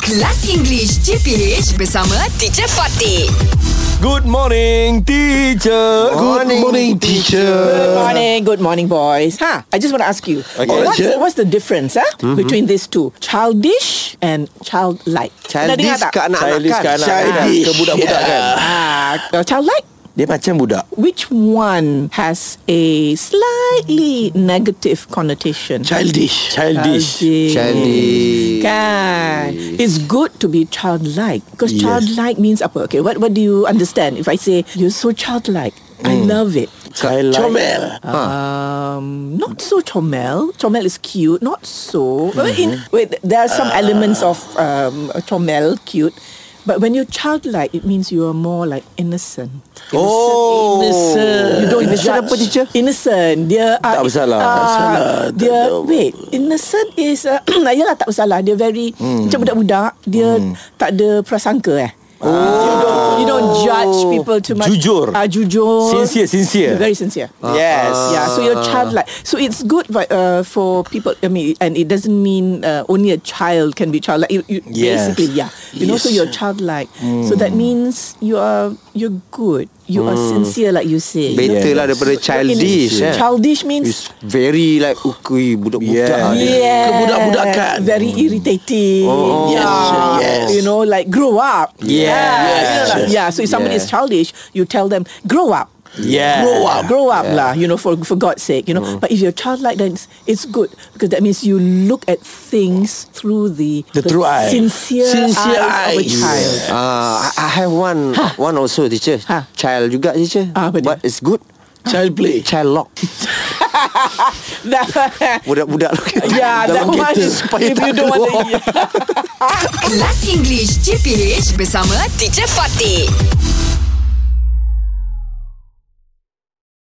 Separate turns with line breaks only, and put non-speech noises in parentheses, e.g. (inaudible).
Kelas English CPH bersama Teacher Fatih.
Good morning, teacher.
Morning,
Good morning, teacher.
teacher. Uh,
Good morning, good morning, boys. Huh? I just want to ask you, what's,
Teacher.
what's the difference huh,
Mm-hmm.
between these two, childish and childlike? Pernah dengar
Childish
tak?
ke anak-anak
Childish
kan?
ke anak-anak kan? Ke budak-budak kan?
Ah, uh, childlike.
Dia macam budak.
Which one has a slightly negative connotation?
Childish.
Childish.
Childish.
Kan? It's good to be childlike because
Yes.
childlike means apa? Okay, what what do you understand if I say you're so childlike? I
Mm.
love it.
Childlike.
Comel.
Um, not so Chomel. Chomel is cute. Not so. I mean,
Mm-hmm.
wait, there are
Ah.
some elements of um, Chomel cute, but when you're childlike, it means you are more like innocent.
Oh.
Innocent. You don't
Innocent
judge.
apa, teacher?
Innocent. Dia
Tak bersalah.
ah,
Tak bersalah. Tak
Dia
ada-
wait. Innocent is uh, (clears throat) ayalah tak bersalah. Dia very
Hmm.
macam budak-budak. Dia tak ada prasangka eh.
Ah.
Oh. You don't, you don't judge people too much.
Jujur.
Ah, jujur.
Sincere, sincere. Ah.
You're very sincere.
Yes.
Yeah, so your child like so it's good but, uh, for people. I mean, and it doesn't mean uh, only a child can be childlike. You, you,
Yes.
Basically, yeah, you know, so
Yes. Mm.
you're childlike. So that means you are you're good. You are sincere, like you say. you
Mm. Better
know?
lah daripada
So-
childish.
In-
eh.
Childish means.
It's very like ukui budak-budak.
Yeah.
ni.
Yeah,
Kebudak-budakan. Mm.
Very irritating.
Oh,
yeah.
yes.
You know, like grow up.
Yes.
Yeah.
Yes.
Yeah. So if somebody
Yeah.
is childish, you tell them grow up.
Yeah.
Grow up.
Eh, Grow up lah, you know, for for God's sake, you know. But if you're childlike, then it's, it's good because that means you look at things through the
The true eye.
sincere,
Sincere
eyes, of a
eyes.
child. (laughs)
Ah, I- I have one one also teacher.
Ha.
Child juga teacher.
Ah, apa dia?
But it's good. Child play. Child lock.
That-
Budak-budak
(laughs)
lock.
yeah, Ya, that
Dalam
one
kereta
is
(laughs) supaya
if
tak
you don't want
keluar.
to.
Kelas English CPH bersama Teacher Fatih.